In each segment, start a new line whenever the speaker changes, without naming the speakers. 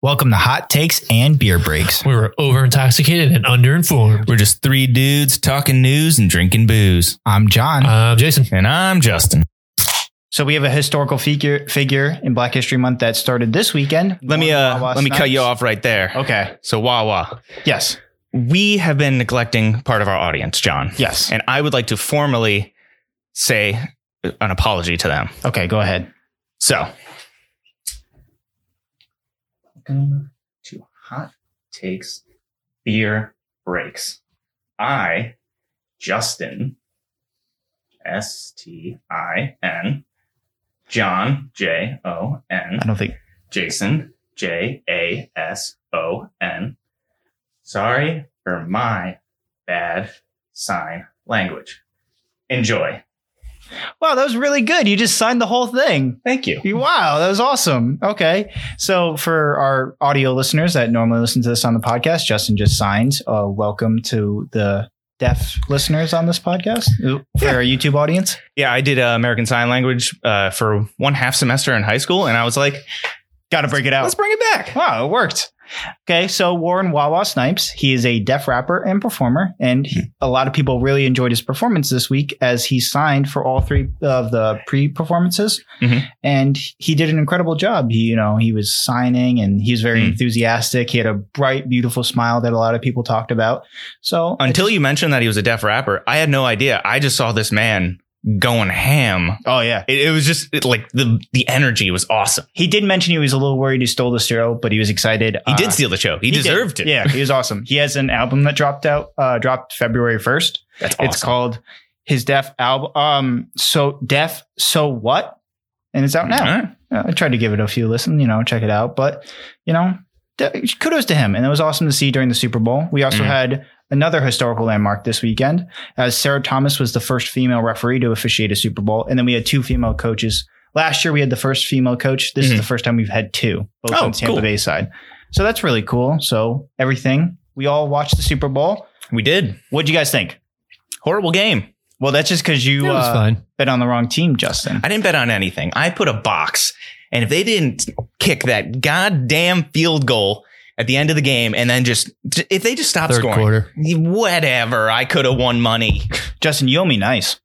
Welcome to Hot Takes and Beer Breaks.
We were over intoxicated and underinformed.
We're just three dudes talking news and drinking booze.
I'm John.
Uh, Jason,
And I'm Justin.
so we have a historical figure figure in Black History Month that started this weekend.
Let me
One
uh
Wawa
let me cut
Snipes.
you off right there.
Okay.
So Wawa.
Yes.
We have been neglecting part of our audience, John.
Yes.
And I would like to formally say an apology to them.
Okay. Go ahead.
So
Welcome
to hot takes beer breaks. I, Justin, S T I N, John J O N.
I don't think.
Jason, J A S O N. Sorry for my bad sign language. Enjoy.
Wow, that was really good. You just signed the whole thing.
Thank you.
You- Wow, that was awesome. Okay. So, for our audio listeners that normally listen to this on the podcast, Justin just signed. Uh, welcome to the deaf listeners on this podcast for our YouTube audience.
Yeah, I did uh, American Sign Language uh, for one half semester in high school, and I was like,
Got to break it out.
let's bring it back.
Wow, it worked. Okay, so Warren Wawa Snipes, he is a deaf rapper and performer, and
Hmm.
he, a lot of people really enjoyed his performance this week as he signed for all three of the pre-performances,
Mhm.
and he did an incredible job. He, you know, he was signing, and he was very
Mm.
enthusiastic. He had a bright, beautiful smile that a lot of people talked about. So
Until you mentioned that he was a deaf rapper, I had no idea. I just saw this man going ham.
oh yeah,
It, it was just it, like the the energy was awesome.
he did mention he was a little worried he stole the cereal, but he was excited.
He
Uh,
did steal the show. He,
did.
deserved it.
Yeah, he was awesome. He has an album that dropped out, uh, dropped February first.
that's awesome.
It's called his deaf album. Um, so deaf, so what? And it's out now.
All right.
Uh, I tried to give it a few listen, you know, check it out. But you know, de- kudos to him, and it was awesome to see during the Super Bowl. We also
Mhm.
had another historical landmark this weekend, as Sarah Thomas was the first female referee to officiate a Super Bowl, and then we had two female coaches. Last year we had the first female coach. This
Mhm.
is the first time we've had two, both
Oh,
on Tampa
cool.
Bay side. So that's really cool. So everything we all watched the Super Bowl.
We did.
What'd you guys think?
Horrible game.
Well, that's just because you
it was
uh,
fine.
bet on the wrong team, Justin.
I didn't bet on anything. I put a box. And if they didn't kick that goddamn field goal at the end of the game and then just, if they just stopped
Third
scoring,
quarter.
whatever, I could have won money.
Justin, you owe me nice.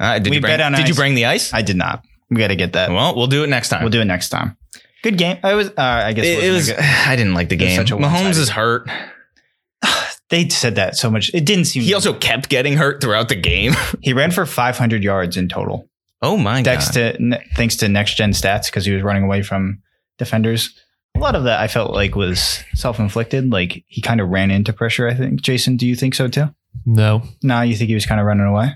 Uh, did
We
you bring,
bet on
Did
ice.
you bring the ice?
I did not. We got to get that.
well, we'll do it next time.
We'll do it next time. Good game. I was. Uh, I guess
it, it was,
wasn't a good-
I didn't like the
It was
game.
such a one-sided-
Mahomes is hurt.
they said that so much. It didn't seem.
He also kept getting hurt throughout the game.
he ran for 500 yards in total.
Oh my
Thanks to
God.
ne- thanks to next gen stats because he was running away from defenders. A lot of that I felt like was self inflicted. Like he kind of ran into pressure. I think. Jason, do you think so too?
No.
No, you think he was kind of running away.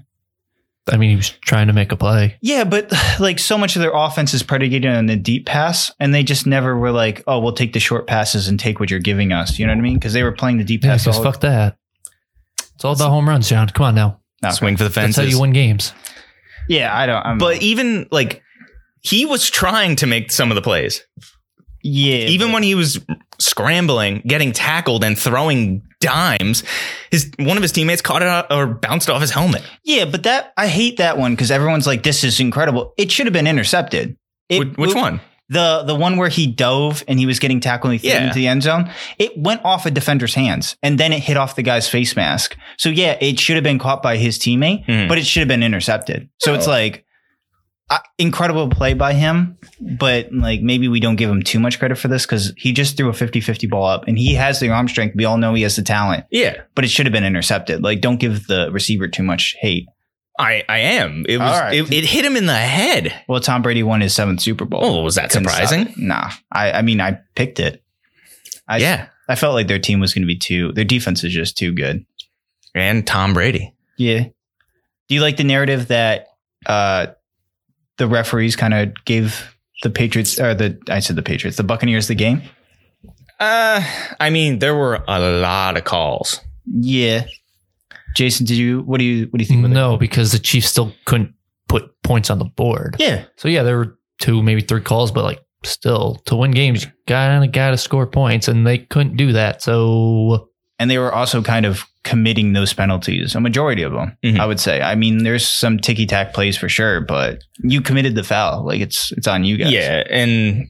I mean, he was trying to make a play.
Yeah, but like so much of their offense is predicated on the deep pass, and they just never were like, "Oh, we'll take the short passes and take what you're giving us." You know what I mean? Because they were playing the deep
Yeah,
pass. the
because
whole-
fuck that. It's all about home runs, John. Come on now.
No.
Swing for the
That's
fences.
how you win games.
yeah, I don't. I'm,
But even like, he was trying to make some of the plays.
yeah,
even when he was scrambling, getting tackled, and throwing dimes, his one of his teammates caught it out, or bounced off his helmet.
yeah, but that I hate that one because everyone's like, "This is incredible." It should have been intercepted. It,
Wh- Which one?
The the one where he dove and he was getting tackled and he threw it
Yeah.
into the end zone. It went off a defender's hands and then it hit off the guy's face mask. So yeah, it should have been caught by his teammate,
Mhm.
but it should have been intercepted. So it's
Oh.
like uh, incredible play by him, but like maybe we don't give him too much credit for this because he just threw a 50-50 ball up and he has the arm strength. We all know he has the talent,
Yeah,
but it should have been intercepted. Like don't give the receiver too much hate.
I I am. It was.
All right.
It, it hit him in the head.
Well, Tom Brady won his seventh Super Bowl.
Oh, was that
Couldn't stop
surprising?
it. Nah, I, I mean I picked it. I,
yeah,
I felt like their team was going to be too. Their defense is just too good.
and Tom Brady.
Yeah. Do you like the narrative that uh, the referees kind of gave the Patriots or the I said the Patriots, the Buccaneers the game?
Uh, I mean, there were a lot of calls.
Yeah. Jason, did you? What do you? What do you think? about
No, because the Chiefs still couldn't put points on the board.
it? Yeah.
So yeah, there were two, maybe three calls, but like still to win games, you gotta gotta score points, and they couldn't do that. So
And they were also kind of committing those penalties, a majority of them,
Mhm.
I would say. I mean, there's some ticky tack plays for sure, but you committed the foul. Like it's it's on you guys.
Yeah, and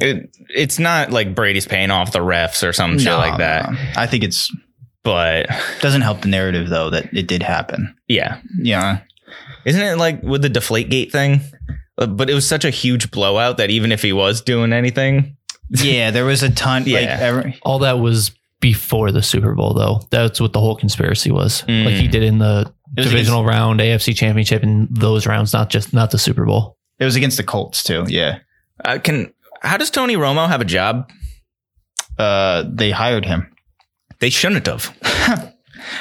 It, it's not like Brady's paying off the refs or some shit
No,
like that.
no. I think it's
But
doesn't help the narrative though that it did happen.
yeah,
Yeah.
isn't it like with the Deflategate thing? Uh, But it was such a huge blowout that even if he was doing anything,
Yeah, there was a ton like
Yeah.
every,
All that was before the Super Bowl, though. That's what the whole conspiracy was.
Mm.
Like he did in the
It was
divisional round, AFC Championship, and those rounds, not just not the Super Bowl.
it was against the Colts too. Yeah.
I uh, can. How does Tony Romo have a job?
Uh they hired him.
They shouldn't have.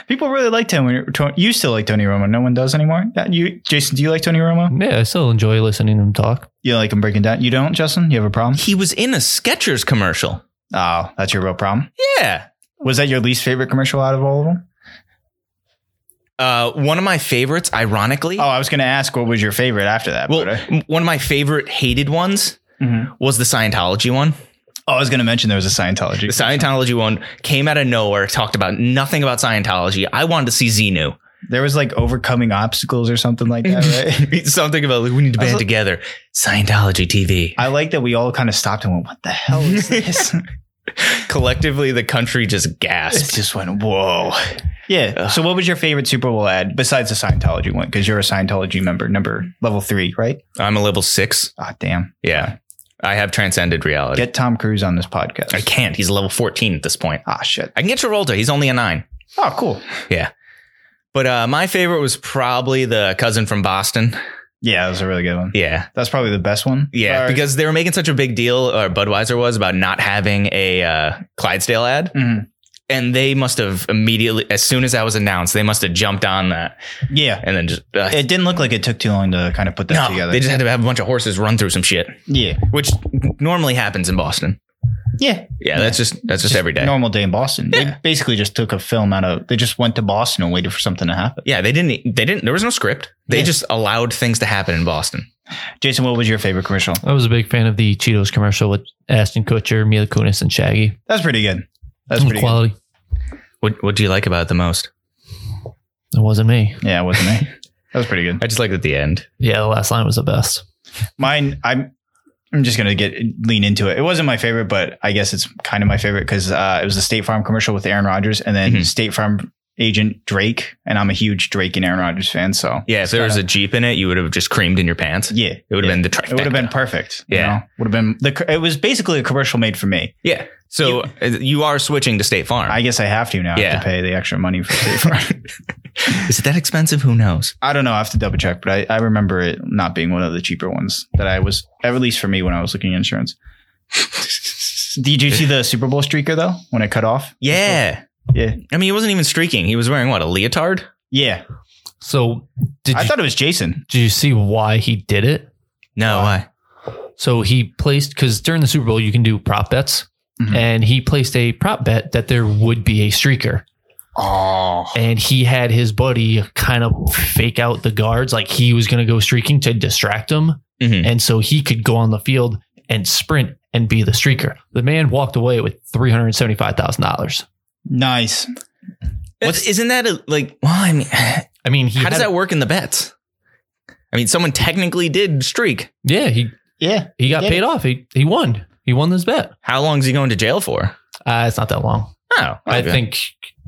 People really liked him when you were Tony- you still like Tony Romo. No one does anymore. That- You Jason, do you like Tony Romo?
Yeah, I still enjoy listening to him talk.
You like him breaking down? You don't, Justin? You have a problem?
He was in a Skechers commercial.
Oh, that's your real problem.
Yeah.
Was that your least favorite commercial out of all of them?
Uh, one of my favorites, ironically.
Oh, I was going to ask what was your favorite after that.
well, mm-hmm.
but I- eh?
m- one of my favorite hated ones
Mhm.
was the Scientology one.
oh, I was going to mention there was a Scientology.
The Scientology one came out of nowhere, talked about nothing about Scientology. I wanted to see Xenu.
There was like overcoming obstacles or something like that, right?
Something about like, we need to band
Also-
together. Scientology TV.
I like that we all kind of stopped and went, "What the hell is this?"
Collectively, the country just
It
gasped.
just went, "Whoa!" Yeah.
Ugh.
So, what was your favorite Super Bowl ad besides the Scientology one? Because you're a Scientology member, number level three, right?
I'm a level six.
Ah, damn.
Yeah. I have transcended reality.
Get Tom Cruise on this podcast.
I can't. He's level 14 at this point.
Ah, shit.
I can get Travolta. He's only a nine.
Oh, cool.
But uh, my favorite was probably the cousin from Boston.
Yeah, that was a really good one.
Yeah.
That's probably the best one.
Yeah,
Or-
because they were making such a big deal, or Budweiser was, about not having a uh, Clydesdale ad.
Mhm.
And they must have immediately, as soon as that was announced, they must have jumped on that
yeah.
and then just. Uh,
It didn't look like it took too long to kind of put that
no,
together.
they just had to have a bunch of horses run through some shit,
yeah.
which normally happens in Boston.
Yeah.
Yeah, that's just that's just, every day.
Normal day in Boston.
Yeah.
They basically just took a film out of. They just went to Boston and waited for something to happen.
Yeah, they didn't. They didn't. There was no script. They
Yeah.
just allowed things to happen in Boston.
Jason, what was your favorite commercial?
I was a big fan of the Cheetos commercial with Ashton Kutcher, Mila Kunis, and Shaggy.
That's pretty good. That's pretty good.
quality.
What What do you like about it the most?
It wasn't me.
Yeah, it wasn't me. That was pretty good.
I just liked it at the end.
Yeah, the last line was the best.
Mine, I'm. I'm just gonna get lean into it. It wasn't my favorite, but I guess it's kind of my favorite because uh, it was the State Farm commercial with Aaron Rodgers, and then
Mhm.
State Farm agent Drake. And I'm a huge Drake and Aaron Rodgers fan, so
Yeah, if there was a jeep in it, you would have just creamed in your pants.
yeah,
It would have been the trifecta.
It would have been perfect.
Yeah.
would have been the. It was basically a commercial made for me.
Yeah. So uh, you are switching to State Farm.
I guess I have to now I
Yeah.
have to pay the extra money for State Farm.
Is it that expensive? Who knows?
I don't know. I have to double check, but I, I remember it not being one of the cheaper ones that I was, at least for me, when I was looking at insurance. Did you see the Super Bowl streaker though when it cut off?
Yeah.
Yeah.
I mean, he wasn't even streaking. He was wearing what, a leotard?
Yeah.
So did
I
you,
thought it was Jason.
did you see why he did it?
No,
Wow.
why?
So he placed because during the Super Bowl you can do prop bets,
Mhm.
and he placed a prop bet that there would be a streaker,
Oh.
and he had his buddy kind of fake out the guards like he was going to go streaking to distract him,
Mhm.
and so he could go on the field and sprint and be the streaker. The man walked away with three hundred seventy five thousand dollars.
Nice.
What's, isn't that a, like, well, I mean, how
I mean, he
does
had-
that work in the bets? I mean, someone technically did streak.
Yeah, he
Yeah.
he got
Yeah.
paid off. He he won. He won this bet.
How long is he going to jail for?
Uh, it's not that long.
Oh,
I
okay.
think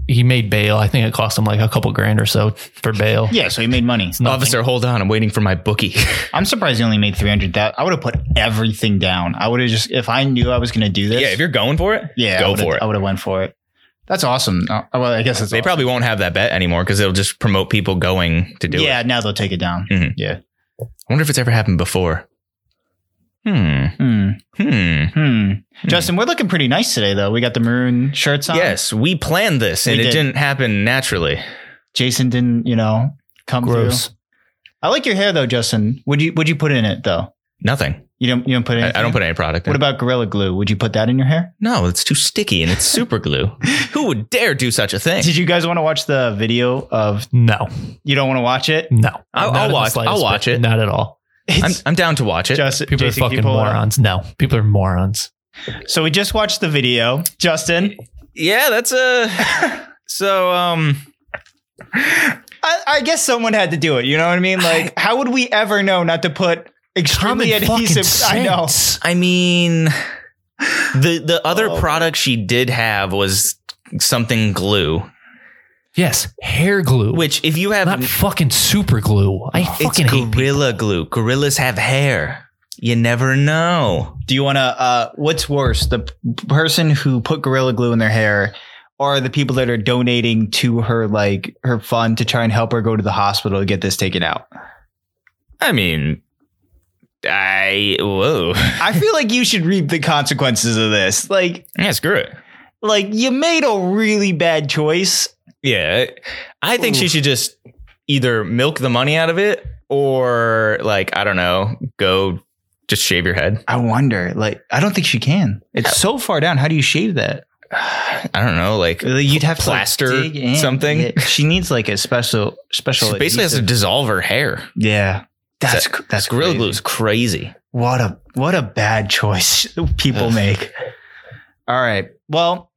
he made bail. I think it cost him like a couple grand or so for bail.
Yeah. So he made money.
It's nothing.
Officer, hold on. I'm waiting for my bookie.
I'm surprised he only made 300,000. I would have put everything down. I would have just, if I knew I was going to do this.
yeah, if you're going for it,
yeah, I
go
would've-
for it.
I would have went for it. That's awesome. Uh, well, I guess that's
they probably won't have that bet anymore because it'll just promote people going to do it.
yeah, now they'll take it down.
Mhm.
Yeah.
I wonder if it's ever happened before. Hmm.
Hmm.
Hmm.
Hmm. Justin, we're looking pretty nice today, though. We got the maroon shirts on.
Yes, we planned this and
We
it
did.
didn't happen naturally.
Jason didn't, you know, come
gross.
through. I like your hair though, Justin. Would you Would you put in it though?
Nothing.
You don't. You don't put in.
I, I don't put any product in.
What about Gorilla Glue? Would you put that in your hair?
no, it's too sticky and it's super glue. Who would dare do such a thing?
Did you guys want to watch the video of?
No,
You don't want to watch it.
no.
I'll- I'll
Not in the
watch- I'll
slightest
watch
bit.
it.
Not at all.
I'm,
It's
I'm down to watch it.
Justin.
People
Jason,
are
can you
fucking
pull it up?
morons. No, people are morons.
So we just watched the video, Justin.
yeah, that's a. So, um,
I, I guess someone had to do it. You know what I mean? Like, how would we ever know not to put
common
extremely
fucking
adhesive. I know.
sense.
I mean, the the other
Oh.
product she did have was something glue,
Yes, hair glue.
which if you have
not fucking super glue. I
it's
fucking hate people.
gorilla glue. Gorillas have hair. You never know.
Do you want to? Uh, what's worse, the p- person who put gorilla glue in their hair, or the people that are donating to her like her fund to try and help her go to the hospital to get this taken out?
I mean, I whoa.
I feel like you should reap the consequences of this. Like,
Yeah, screw it.
like you made a really bad choice.
Yeah, I think she
Oof.
should just either milk the money out of it or like I don't know, go just shave your head.
I wonder. Like, I don't think she can. It's so far down. How do you shave that?
I don't know, like
Like, You'd have to like,
Plaster
dig in.
something?
Yeah, She needs like a special, special.
she basically has to
adhesive.
dissolve her hair.
yeah. That's cr- that's
Gorilla
crazy.
glue is crazy.
What a what a bad choice people
Ugh.
make. All right. Well,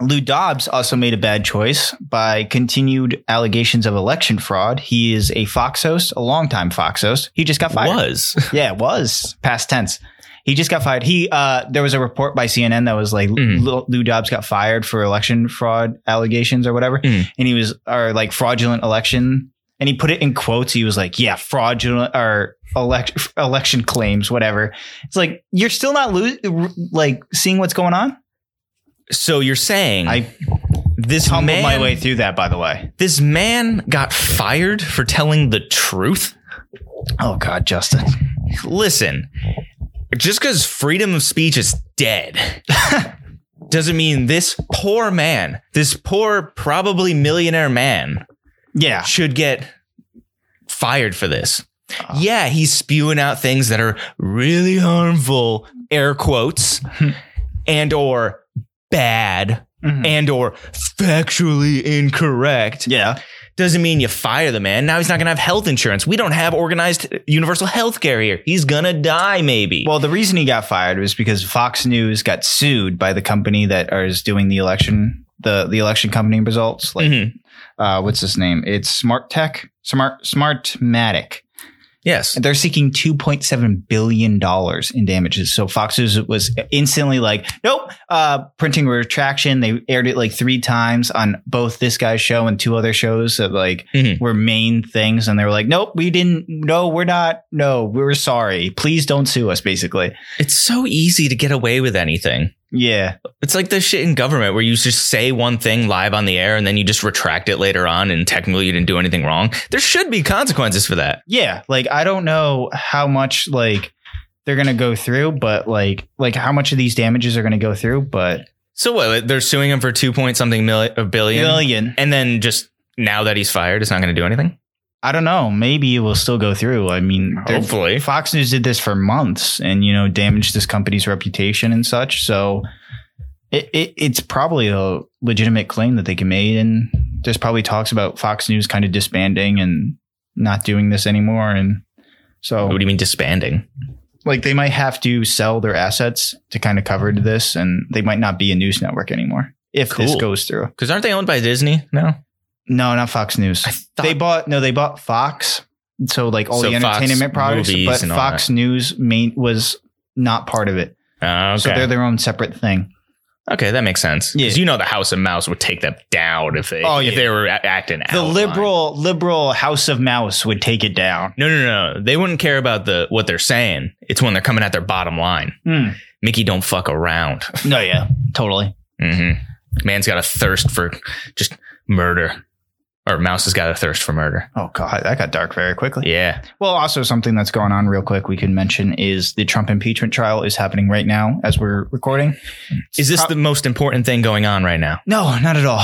Lou Dobbs also made a bad choice by continued allegations of election fraud. He is a Fox host, a longtime Fox host. He just got fired.
Was
Yeah, it was past tense. He just got fired. He uh, there was a report by CNN that was like
Mhm.
Lou- Lou Dobbs got fired for election fraud allegations or whatever,
Mhm.
and he was or like fraudulent election, and he put it in quotes. He was like, "Yeah, fraudulent or election election claims, whatever." It's like you're still not lo- like seeing what's going on.
so you're saying
I
this
tumbled
man
my way through that, by the way.
this man got fired for telling the truth?
Oh God, Justin,
Listen, just because freedom of speech is dead doesn't mean this poor man, this poor, probably millionaire man,
yeah,
should get fired for this. Yeah, he's spewing out things that are really harmful, air quotes, and or bad
Mhm.
and or factually incorrect
yeah,
doesn't mean you fire the man. Now he's not going to have health insurance. We don't have organized universal health care here. He's going to die, maybe.
Well, the reason he got fired was because Fox News got sued by the company that is doing the election, the the election company results. Like,
Mhm.
uh, what's his name? It's Smart Tech, Smart Smartmatic.
yes.
And They're seeking two point seven billion dollars in damages. So Fox News was instantly like, nope, uh, printing a retraction. They aired it like three times on both this guy's show and two other shows that like
Mhm.
were main things, and they were like, nope, we didn't. No, we're not. No, we're sorry. Please don't sue us. Basically,
It's so easy to get away with anything.
yeah.
It's like this shit in government where you just say one thing live on the air and then you just retract it later on and technically you didn't do anything wrong. There should be consequences for that.
yeah like i don't know how much like they're gonna go through but like like how much of these damages are gonna go through but
So what? They're suing him for two point something million, a billion,
billion
and then just now that he's fired, it's not going to do anything.
i don't know maybe it will still go through i mean they're-
Hopefully,
fox news did this for months and you know damaged this company's reputation and such so it, it it's probably a legitimate claim that they can make and there's probably talks about fox news kind of disbanding and not doing this anymore and so oh.
what do you mean disbanding?
like they might have to sell their assets to kind of cover this and they might not be a news network anymore if this
Cool.
goes through
Because aren't they owned by Disney now?
no not fox news
I thought
they bought no they bought fox so like all
So
the
Fox
entertainment products
movies
but
and all
fox news main was not part of it
Oh, okay.
so they're their own separate thing
Okay, that makes sense.
Yeah.
Because you know the House of Mouse would take that down if they
Oh,
if
yeah.
they were a- acting
the
out of line.
liberal liberal house of mouse would take it down
No, no, no. They wouldn't care about the what they're saying. It's when they're coming at their bottom line.
Hmm.
Mickey, don't fuck around.
no yeah totally
hmm Man's got a thirst for just murder, or Mouse has got a thirst for murder.
oh god that got dark very quickly
Yeah.
Well, also something that's going on real quick we can mention is the Trump impeachment trial is happening right now as we're recording.
Is this
Pro-
the most important thing going on right now?
No, not at all.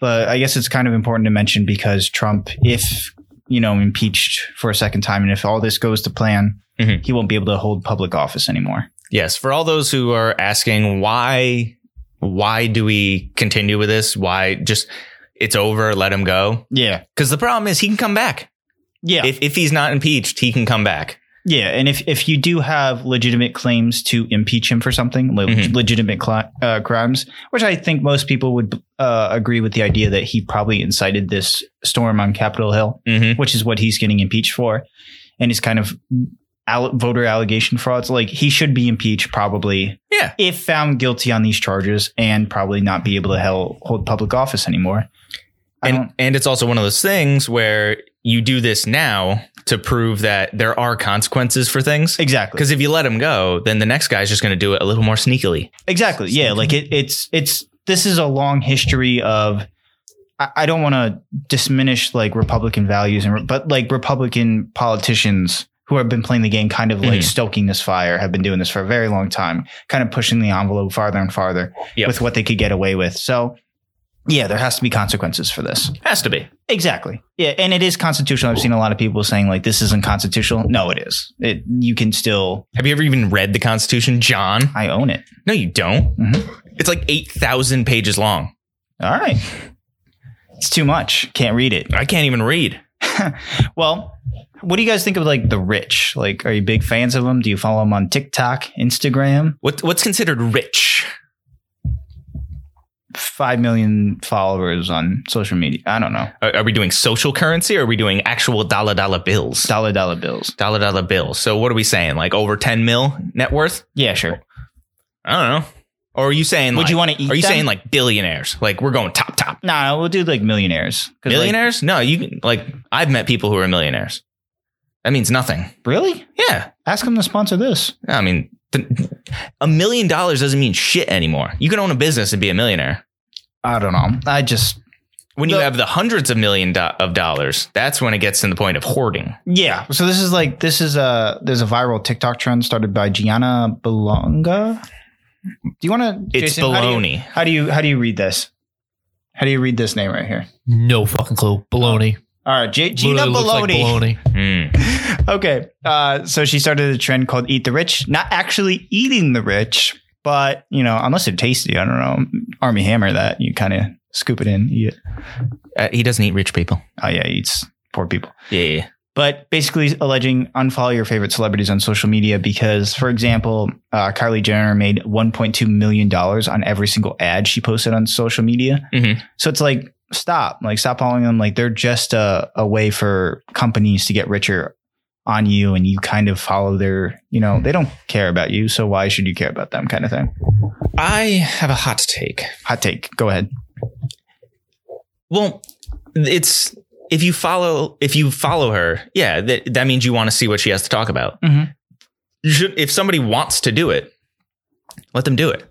But I guess it's kind of important to mention because Trump, if you know, impeached for a second time, and if all this goes to plan,
Mhm.
he won't be able to hold public office anymore.
Yes, for all those who are asking why why do we continue with this? Why just it's over, let him go?
Yeah,
Because the problem is he can come back.
yeah,
If if he's not impeached, he can come back.
yeah. And if if you do have legitimate claims to impeach him for something, le-
Mhm.
legitimate cli uh, crimes, which I think most people would uh, agree with the idea that he probably incited this storm on Capitol Hill.
Mm-hmm.
which is what he's getting impeached for, and he's kind of al- voter allegation frauds, like he should be impeached probably.
Yeah.
If found guilty on these charges and probably not be able to hel- hold public office anymore. I
and
don't-
and it's also one of those things where you do this now to prove that there are consequences for things.
exactly.
Because if you let him go, then the next guy's just going to do it a little more sneakily.
Exactly. Yeah. Like it, it's, it's, this is a long history of, I, I don't want to disminish like Republican values and, re- but like Republican politicians who have been playing the game kind of like
Mhm.
stoking this fire have been doing this for a very long time, kind of pushing the envelope farther and farther
Yep.
with what they could get away with. So, yeah, there has to be consequences for this.
Has to be.
Exactly. Yeah, and it is constitutional. I've seen a lot of people saying like this isn't constitutional. No, it is. It you can still
Have you ever even read the Constitution, John?
I own it.
No, you don't.
Mhm.
It's like 8,000 pages long.
All right. It's too much. Can't read it.
I can't even read.
Well, what do you guys think of like the rich? Like are you big fans of them? Do you follow them on TikTok, Instagram?
What, what's considered rich?
5 million followers on social media. I don't know.
Are, are we doing social currency or are we doing actual dollar dollar bills?
Dollar dollar bills.
Dollar dollar bills. So what are we saying? Like over 10 mil net worth?
Yeah, sure.
I don't know. Or are you saying
Would
like,
you want to eat
Are you
them?
saying like billionaires? Like we're going top top.
Nah, we'll do like millionaires. 'Cause, like,
Millionaires? no, you can like I've met people who are millionaires. That means nothing.
really?
Yeah.
Ask them to sponsor this.
I mean, th- a million dollars doesn't mean shit anymore. You can own a business and be a millionaire.
I don't know. I just
When you
The-
have the hundreds of million do- of dollars, that's when it gets to the point of hoarding.
Yeah. So this is like this is a there's a viral TikTok trend started by Gianna Bolonga. Do you want to?
It's baloney.
How do, you, how do you how do you read this? How do you read this name right here?
No fucking clue. Baloney.
All right, G- Gina
Literally looks like
Baloney.
baloney.
Mm.
okay. Uh, so she started a trend called "Eat the Rich," not actually eating the rich, but you know, unless they're tasty, I don't know. Army Hammer that you kind of scoop it in, eat it.
Uh, he doesn't eat rich people.
Oh yeah, he eats poor people.
Yeah, yeah.
but basically alleging unfollow your favorite celebrities on social media because, for example, uh, Kylie Jenner made 1.2 million dollars on every single ad she posted on social media.
Mhm.
So it's like stop, like stop following them. Like they're just a, a way for companies to get richer on you, and you kind of follow their, you know, they don't care about you, so why should you care about them? Kind of thing.
I have a hot take.
Hot take. Go ahead.
Well, it's if you follow if you follow her, yeah, that that means you want to see what she has to talk about.
Mhm.
You should if somebody wants to do it, let them do it.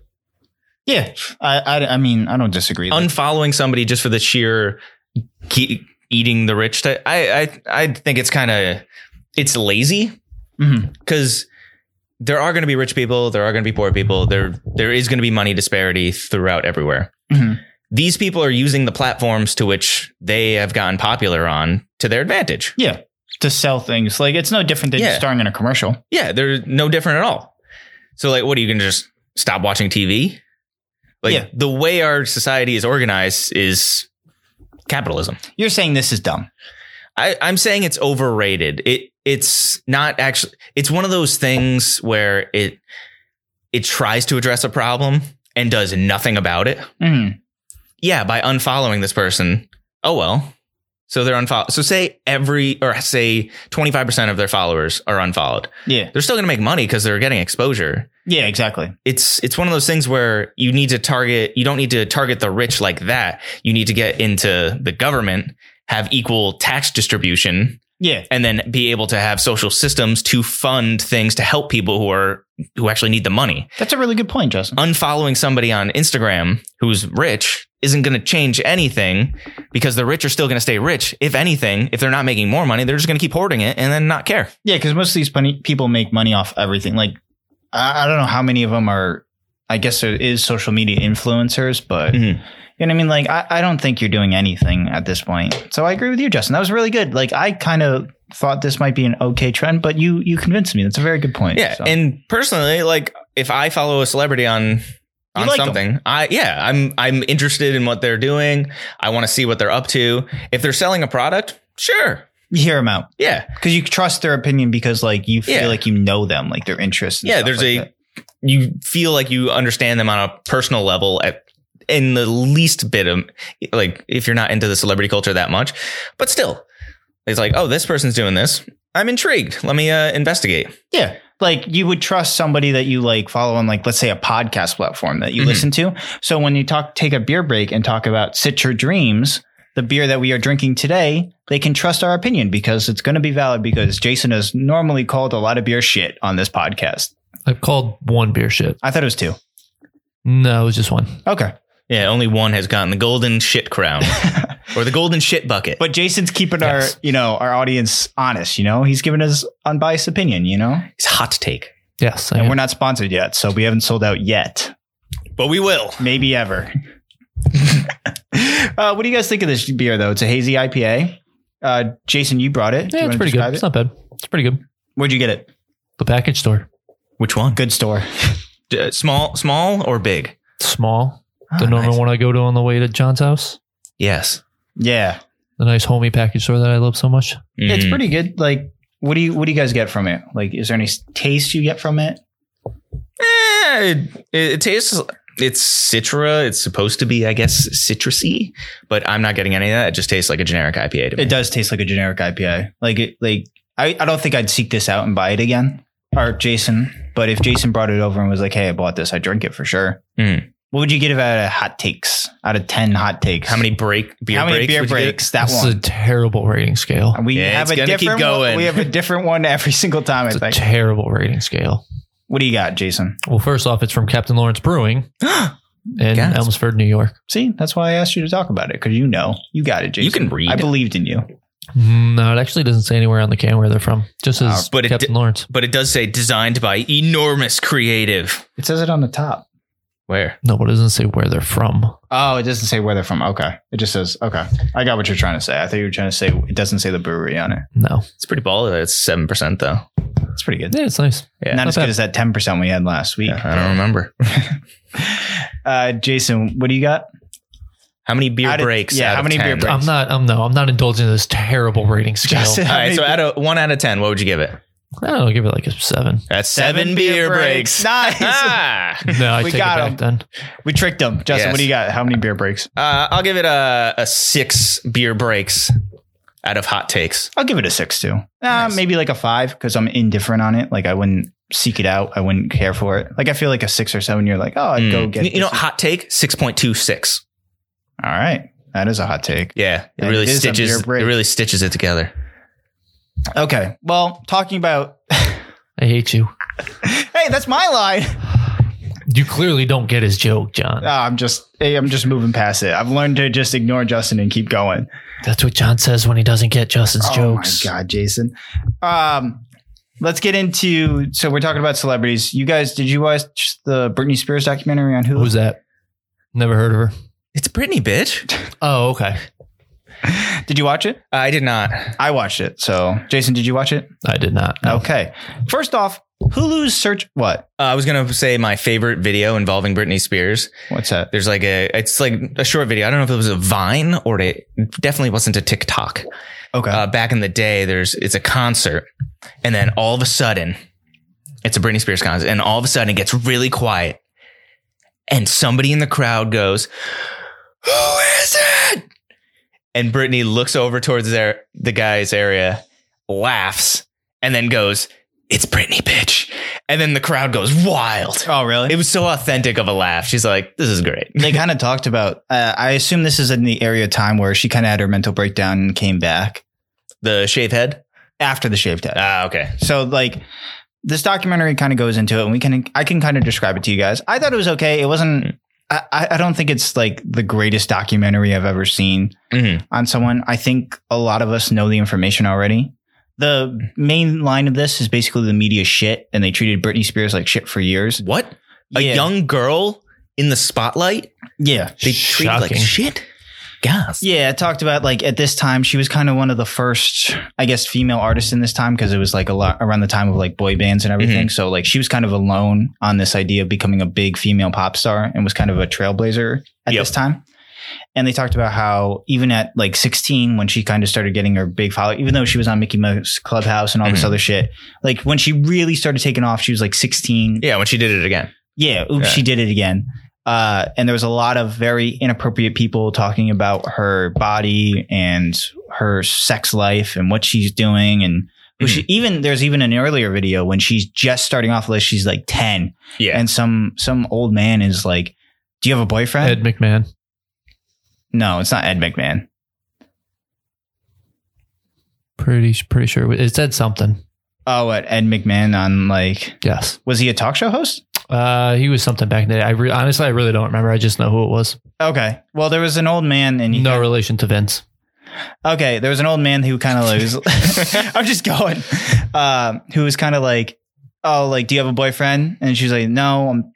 Yeah, I, I, I mean, I don't disagree. Like,
unfollowing somebody just for the sheer ge- eating the rich type, I I I think it's kind of it's lazy
mhm.
because there are going to be rich people, there are going to be poor people, there there is going to be money disparity throughout everywhere.
Mhm.
These people are using the platforms to which they have gotten popular on to their advantage.
to sell things, like it's no different than
Yeah.
starring in a commercial.
Yeah, they're no different at all. So like, what are you going to just stop watching TV? Like
Yeah.
the way our society is organized is capitalism.
You're saying this is dumb.
I, I'm saying it's overrated. It it's not actually it's one of those things where it it tries to address a problem and does nothing about it.
Mhm.
Yeah, by unfollowing this person. Oh well. So they're unfollowed. So say every or say 25% of their followers are unfollowed.
Yeah.
They're still gonna make money because they're getting exposure.
Yeah, exactly.
It's it's one of those things where you need to target you don't need to target the rich like that. You need to get into the government, have equal tax distribution
Yeah.
and then be able to have social systems to fund things to help people who are who actually need the money.
That's a really good point, Justin.
Unfollowing somebody on Instagram who's rich isn't going to change anything because the rich are still going to stay rich. If anything, if they're not making more money, they're just going to keep hoarding it and then not care.
Yeah, because most of these pon- people make money off everything. Like, I, I don't know how many of them are, I guess there is social media influencers, but
Mhm.
you know what I mean? Like, I, I don't think you're doing anything at this point. So I agree with you, Justin. That was really good. Like, I kind of thought this might be an okay trend, but you you convinced me. That's a very good point.
Yeah,
So-
and personally, like if I follow a celebrity on on
like them.
something, I yeah, I'm I'm interested in what they're doing. I want to see what they're up to. If they're selling a product, sure.
you hear them out
Yeah,
because you trust their opinion because, like, you feel
Yeah.
like you know them, like their interests. and
yeah
stuff
there's
like
a
that.
you feel like you understand them on a personal level at in the least bit of like if you're not into the celebrity culture that much but still It's like, oh, this person's doing this. I'm intrigued. Let me uh, investigate.
Yeah. Like you would trust somebody that you like follow on like let's say a podcast platform that you
Mhm.
listen to. So when you talk take a beer break and talk about sit your dreams, the beer that we are drinking today, they can trust our opinion because it's going to be valid because Jason has normally called a lot of beer shit on this podcast.
I've called one beer shit.
I thought it was two.
No, it was just one.
Okay.
Yeah, only one has gotten the golden shit crown or the golden shit bucket.
But Jason's keeping
Yes.
our, you know, our audience honest, you know. He's giving his unbiased opinion, you know.
it's hot take.
Yes. I
And
am.
we're not sponsored yet, so we haven't sold out yet.
But we will.
maybe ever. uh, what do you guys think of this beer, though? It's a hazy IPA. Uh, Jason, you brought it. Do you
yeah, it's
wanna
pretty
describe it?
good. It's not bad. It's pretty good.
Where'd you get it?
The package store.
Which one?
Good store.
D- uh, small, small or big?
Small. The
Ah,
normal
nice.
one I go to on the way to John's house.
Yes.
Yeah,
The nice homey package store that I love so much.
it's
Mhm.
pretty good. Like, what do you what do you guys get from it? Like, is there any s- taste you get from it?
Eh, it, it tastes. It's citra. It's supposed to be, I guess, citrusy. But I'm not getting any of that. It just tastes like a generic IPA to me.
It does taste like a generic IPA. Like, it, like I, I don't think I'd seek this out and buy it again. Or Jason, but if Jason brought it over and was like, "Hey, I bought this. I drink it for sure."
Mm.
What would you give it out of hot takes? Out of ten hot takes,
How many break beer
How many
breaks?
beer
would you get?
breaks? That
this
one.
is a terrible rating scale.
We
Yeah,
have
it's
a
gonna
different
keep going.
One. We have a different one every single time. I
It's a
think.
terrible rating scale.
what do you got, Jason?
Well, first off, it's from Captain Lawrence Brewing in
Gasp.
Elmsford, New York.
See, that's why I asked you to talk about it because you know you got it, Jason.
You can read.
I believed in you.
Mm, No, it actually doesn't say anywhere on the can where they're from. Just
Uh,
as
Oh, but it
Captain
di-
Lawrence.
but it does say designed by enormous creative.
It says it on the top.
Where?
No, but it doesn't say where they're from.
Oh, it doesn't say where they're from. Okay, it just says okay. I got what you're trying to say. I thought you were trying to say it doesn't say the brewery on it.
No.
It's pretty baller. It's seven percent though.
It's pretty good.
Yeah, it's nice.
Yeah,
Not
not
as good
bad.
as that ten percent we had last week.
Yeah, I don't remember.
Uh, Jason, what do you got?
How many beer
Out of-
breaks?
yeah,
out
how
of
many beer
10?
breaks?
I'm not I'm no, I'm not indulging in this terrible rating scale.
Justin,
All
how
right,
many
so
beer-
out of one out of ten, what would you give it?
I don't know, give it like a seven.
That's seven, beer breaks.
Nice.
Ah!
No, I
We
take it
got
back
'em.
then.
we tricked him. Justin,
Yes.
what do you got? How many beer breaks?
Uh, I'll give it a, a six beer breaks out of hot takes.
I'll give it a six too. Uh,
Nice.
Maybe like a five because I'm indifferent on it. Like I wouldn't seek it out. I wouldn't care for it. Like I feel like a six or seven. You're like, oh, I'd go
Mm.
get.
you, you know,
this.
hot take six point two six.
all right, that is a hot take.
Yeah, it
And
really
it is a beer
stitches. It
break.
really stitches it together.
Okay, well, talking about.
I hate you.
hey, that's my line.
You clearly don't get his joke, John.
Oh, I'm just, hey, I'm just moving past it. I've learned to just ignore Justin and keep going.
That's what John says when he doesn't get Justin's
oh
jokes.
my god, Jason. Um, let's get into. So we're talking about celebrities. You guys, did you watch the Britney Spears documentary on Hulu?
Who's that? Never heard of her.
It's Britney, bitch.
Oh, okay.
did you watch it?
I did not.
I watched it. So, Jason, did you watch it?
I did not.
Oh.
No.
Okay. First off, Hulu's search what?
Uh, I was gonna say my favorite video involving Britney Spears.
What's that?
There's like a, it's like a short video. I don't know if it was a Vine or it definitely wasn't a TikTok.
Okay.
uh, back in the day, there's it's a concert, and then all of a sudden, it's a Britney Spears concert, and all of a sudden it gets really quiet, and somebody in the crowd goes, "Who is it?" And Britney looks over towards their the guy's area, laughs, and then goes, "It's Britney, bitch!" And then the crowd goes wild.
oh, really?
It was so authentic of a laugh. She's like, "This is great."
they kind of talked about. Uh, I assume this is in the area of time where she kind of had her mental breakdown and came back
The shave head.
after the shaved head.
Ah, okay.
so, like, this documentary kind of goes into it, and we can. I can kind of describe it to you guys. I thought it was okay. It
Mm.
wasn't. I, I I don't think it's like the greatest documentary I've ever seen.
hmm
on someone, I think a lot of us know the information already. The main line of this is basically the media shit, and they treated Britney Spears like shit for years.
What? A
yeah.
young girl in the spotlight?
yeah,
They treat it like
Shocking.
shit. Gas.
yeah. It talked about like at this time she was kind of one of the first, I guess, female artists in this time because it was like a lot around the time of like boy bands and everything.
Mm-hmm.
So like she was kind of alone on this idea of becoming a big female pop star and was kind of a trailblazer at
Yep.
this time. And they talked about how even at like 16, when she kind of started getting her big follow, even though she was on Mickey Mouse Clubhouse and all this
Mhm.
other shit, like when she really started taking off, she was like 16.
Yeah, when she did it again.
Yeah, oops,
Yeah.
she did it again. Uh, and there was a lot of very inappropriate people talking about her body and her sex life and what she's doing and but
Hmm.
she, even there's even an earlier video when she's just starting off list she's like 10
Yeah.
and some some old man is like do you have a boyfriend
Ed McMahon.
no it's not ed mcmahon
Pretty pretty sure it said something.
oh what ed mcmahon on like
Yes.
was he a talk show host
Uh, he was something back in the day. I re- honestly I really don't remember. I just know who it was.
okay well there was an old man and he
No relation to Vince.
Okay, there was an old man who kind of like was, I'm just going, um, who was kind of like, oh, like, do you have a boyfriend? And she's like, no, I'm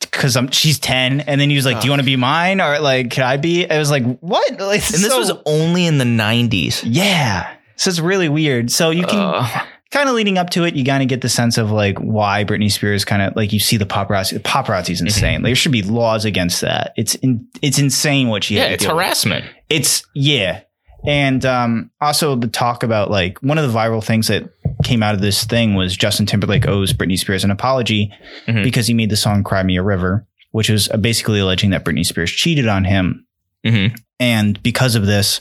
because I'm she's ten. And then he was like,
Oh.
do you want to be mine or like, can I be? I was like, what? Like,
And this
so-
was only in the 90s.
yeah. So it's really weird. So you can
Ugh.
kind of leading up to it, you kind of get the sense of like why Britney Spears kind of like you see the paparazzi. The paparazzi's
Mm-hmm.
insane. Like, there should be laws against that. It's in, it's insane what she
yeah,
had to
it's
deal with.
harassment.
It's yeah. And um, also the talk about like one of the viral things that came out of this thing was Justin Timberlake owes Britney Spears an apology
Mhm.
because he made the song Cry Me a River, which was uh, basically alleging that Britney Spears cheated on him.
Mhm.
And because of this,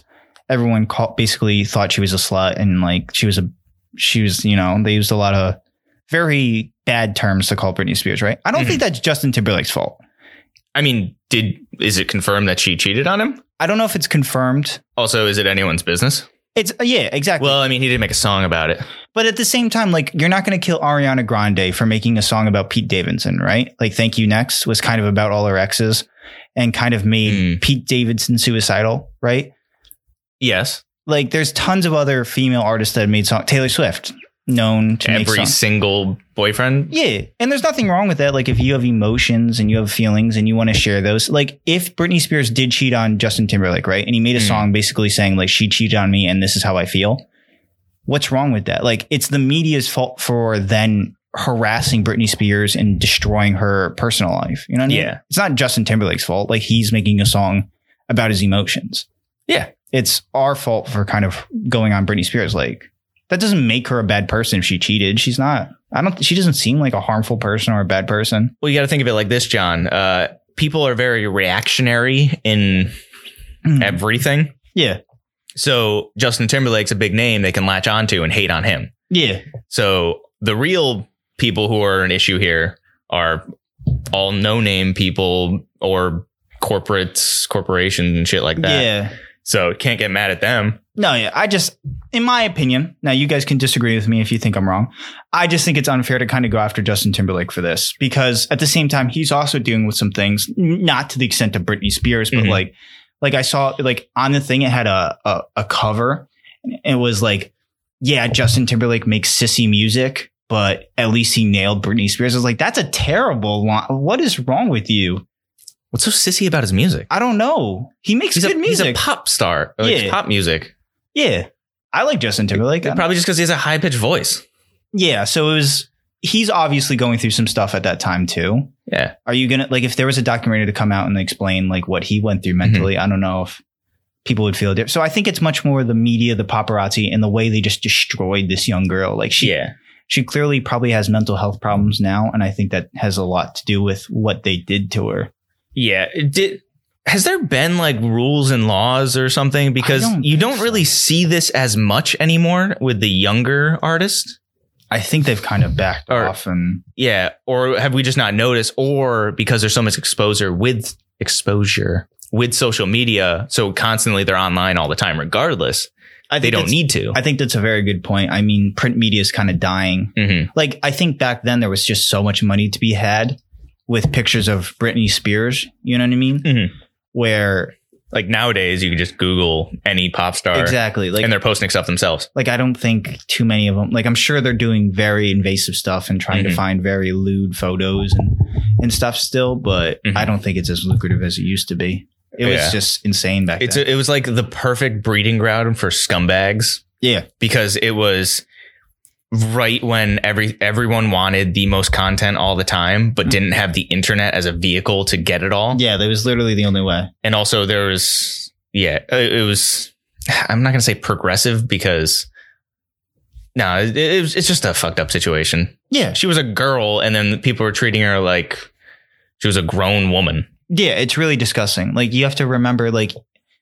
everyone call- basically thought she was a slut and like she was a, she was, you know, they used a lot of very bad terms to call Britney Spears, right? I don't
Mhm.
think that's Justin Timberlake's fault.
I mean, did is it confirmed that she cheated on him?
I don't know if it's confirmed.
Also, is it anyone's business?
It's, yeah, exactly.
Well, I mean, he did make a song about it.
But at the same time, like you're not going to kill Ariana Grande for making a song about Pete Davidson, right? Like Thank You Next was kind of about all her exes and kind of made
Mm.
Pete Davidson suicidal, right?
Yes,
Like there's tons of other female artists that have made songs. Taylor Swift, known to make
every
songs.
single boyfriend.
Yeah. And there's nothing wrong with that. Like if you have emotions and you have feelings and you want to share those, like if Britney Spears did cheat on Justin Timberlake, right? And he made a
Mm.
song basically saying like she cheated on me and this is how I feel. What's wrong with that? Like it's the media's fault for then harassing Britney Spears and destroying her personal life. You know what I mean?
Yeah.
It's not Justin Timberlake's fault. Like he's making a song about his emotions.
Yeah.
It's our fault for kind of going on Britney Spears. Like that doesn't make her a bad person if she cheated. She's not. I don't. She doesn't seem like a harmful person or a bad person.
Well, you got to think of it like this, John. Uh, people are very reactionary in Hmm. everything.
Yeah.
So Justin Timberlake's a big name they can latch onto and hate on him.
Yeah.
So the real people who are an issue here are all no-name people or corporates, corporations, and shit like that.
Yeah.
So can't get mad at them.
No. Yeah. I just, in my opinion, now you guys can disagree with me if you think I'm wrong. I just think it's unfair to kind of go after Justin Timberlake for this because at the same time he's also dealing with some things, n- not to the extent of Britney Spears, but
Mhm.
like, like I saw like on the thing it had a a, a cover. and It was like, yeah, Justin Timberlake makes sissy music, but at least he nailed Britney Spears. I was like, that's a terrible. Lo- what is wrong with you?
What's so sissy about his music?
I don't know. He makes
He's a,
Ah, good
he's
music.
a pop star. Like,
Yeah.
Pop music.
yeah. I like Justin Timberlake. I-
Probably just because he has a high pitched voice.
yeah. So it was, he's obviously going through some stuff at that time too.
Yeah.
Are you going to, like, if there was a documentary to come out and explain, like, what he went through
Mm-hmm.
mentally, I don't know if people would feel different. So I think it's much more the media, the paparazzi, and the way they just destroyed this young girl. Like, she,
Yeah.
she clearly probably has mental health problems now. And I think that has a lot to do with what they did to her.
Yeah. It Did has there been like rules and laws or something? Because
don't
you
think
don't
so.
really see this as much anymore with the younger artists.
I think they've kind of backed
Or-
off and
Yeah. Or have we just not noticed? Or because there's so much exposure with exposure with social media, so constantly they're online all the time, regardless.
I
They
think
don't
that's-
need to.
I think that's a very good point. I mean, print media is kind of dying.
Mhm.
like I think back then there was just so much money to be had with pictures of Britney Spears. You know what I mean?
Mhm.
Where
Like nowadays, you can just Google any pop star,
exactly like
and they're posting stuff themselves.
like I don't think too many of them. Like I'm sure they're doing very invasive stuff and trying
Mhm.
to find very lewd photos and and stuff still, but
Mhm.
I don't think it's as lucrative as it used to be. It
Yeah.
was just insane back
It's
then.
a, it was like the perfect breeding ground for scumbags.
Yeah.
because it was right when every everyone wanted the most content all the time, but
Mm-hmm.
didn't have the internet as a vehicle to get it all.
yeah, that was literally the only way.
and also there was yeah, uh, it, it was. I'm not gonna say progressive because no, it, it was, it's just a fucked up situation.
Yeah,
She was a girl, and then people were treating her like she was a grown woman.
Yeah, it's really disgusting. Like you have to remember, like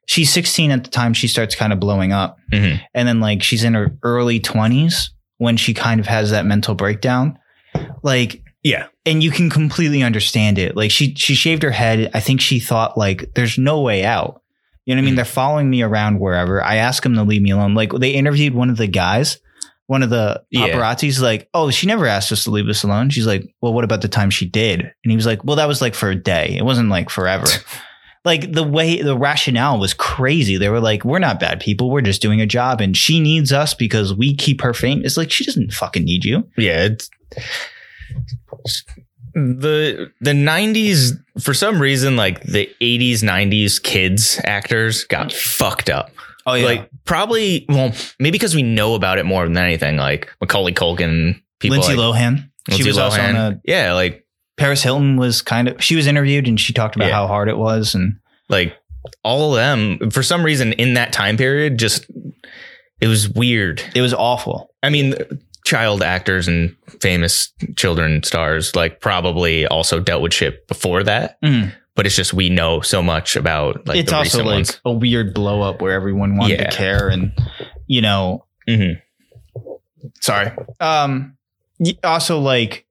she's 16 at the time she starts kind of blowing up.
Mhm.
And then like she's in her early 20s when she kind of has that mental breakdown. Like
Yeah.
and you can completely understand it. Like she she shaved her head. I think she thought like there's no way out. You know what I mean?
Mhm.
They're following me around wherever. I ask them to leave me alone. Like they interviewed one of the guys, one of the
Yeah.
paparazzi's like, "Oh, she never asked us to leave us alone." She's like, "Well, what about the time she did?" And he was like, "Well, that was like for a day. It wasn't like forever." like the way the rationale was crazy. They were like, "We're not bad people. We're just doing a job and she needs us because we keep her fame." It's like she doesn't fucking need you.
yeah it's the the 90s for some reason like the 80s 90s kids actors got fucked up
Oh
like probably well maybe because we know about it more than anything like macaulay culkin people
Lindsay
like
Lohan.
Lindsay
she was also on
Lohan.
a
yeah like
Paris Hilton was kind of she was interviewed and she talked about
Yeah.
how hard it was and
like all of them for some reason in that time period just it was weird
it was awful.
I mean, child actors and famous children stars like probably also dealt with shit before that,
Mm.
but it's just we know so much about like
it's
the
also
recent
like
ones.
a weird blow up where everyone wanted
Yeah.
to care and you know
Mhm.
sorry. Um y- also like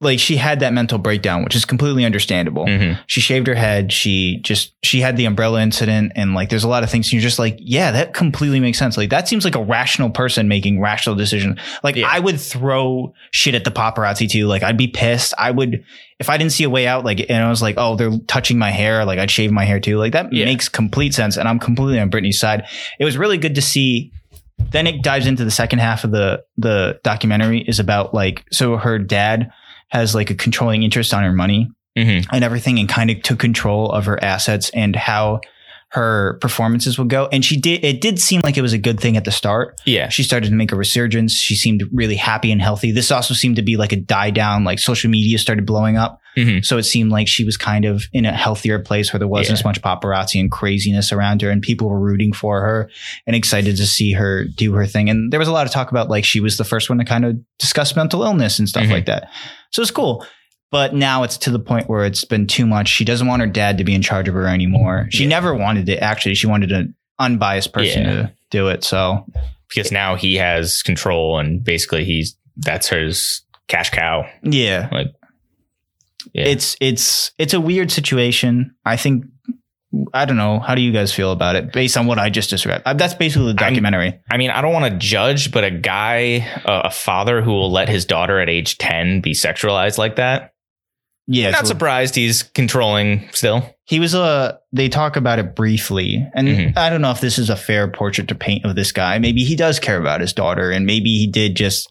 like she had that mental breakdown, which is completely understandable.
Mhm.
She shaved her head. She just she had the umbrella incident, and like there's a lot of things. you're just like, yeah, that completely makes sense. Like that seems like a rational person making rational decisions. Like
Yeah.
I would throw shit at the paparazzi too. Like I'd be pissed. I would if I didn't see a way out. Like and I was like, oh, they're touching my hair. Like I'd shave my hair too. Like that
Yeah.
makes complete sense. And I'm completely on Britney's side. It was really good to see then it dives into the second half of the the documentary is about like so her dad has like a controlling interest on her money
Mhm.
and everything and kind of took control of her assets and how her performances would go and she did it did seem like it was a good thing at the start
Yeah.
she started to make a resurgence she seemed really happy and healthy this also seemed to be like a die down like social media started blowing up
Mhm.
so it seemed like she was kind of in a healthier place where there wasn't
Yeah.
as much paparazzi and craziness around her and people were rooting for her and excited to see her do her thing and there was a lot of talk about like she was the first one to kind of discuss mental illness and stuff
Mhm.
like that so it's cool but now it's to the point where it's been too much she doesn't want her dad to be in charge of her anymore she
Yeah.
never wanted it actually she wanted an unbiased person
Yeah.
to do it so
Because now he has control and basically he's that's his cash cow.
yeah
Yeah.
it's it's it's a weird situation. I think I don't know. How do you guys feel about it? Based on what I just described, Uh, that's basically the
I'm-
documentary.
I mean, I don't want to judge, but a guy, uh, a father who will let his daughter at age 10 be sexualized like that,
yeah,
not
it's-
surprised he's controlling still.
he was a. They talk about it briefly, and
Mhm.
I don't know if this is a fair portrait to paint of this guy. Maybe he does care about his daughter, and maybe he did just.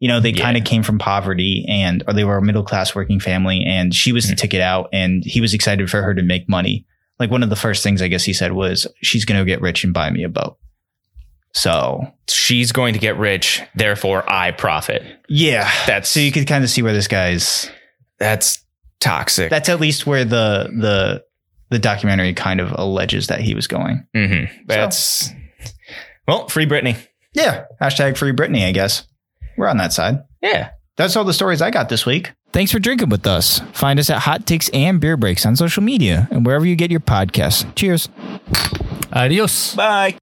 You know, they
Yeah.
kind of came from poverty and or they were a middle class working family and she was the
Mhm.
ticket out and he was excited for her to make money. Like one of the first things I guess he said was, She's gonna get rich and buy me a boat. So
She's going to get rich, therefore I profit.
Yeah.
That's-
so you could kind of see where this guy's
That's toxic.
that's at least where the the the documentary kind of alleges that he was going.
hmm That's well, free Britney.
Yeah. Hashtag free Britney, I guess. We're on that side.
Yeah.
That's all the stories I got this week. Thanks for drinking with us. Find us at Hot Takes and Beer Breaks on social media and wherever you get your podcasts. Cheers.
Adios.
Bye.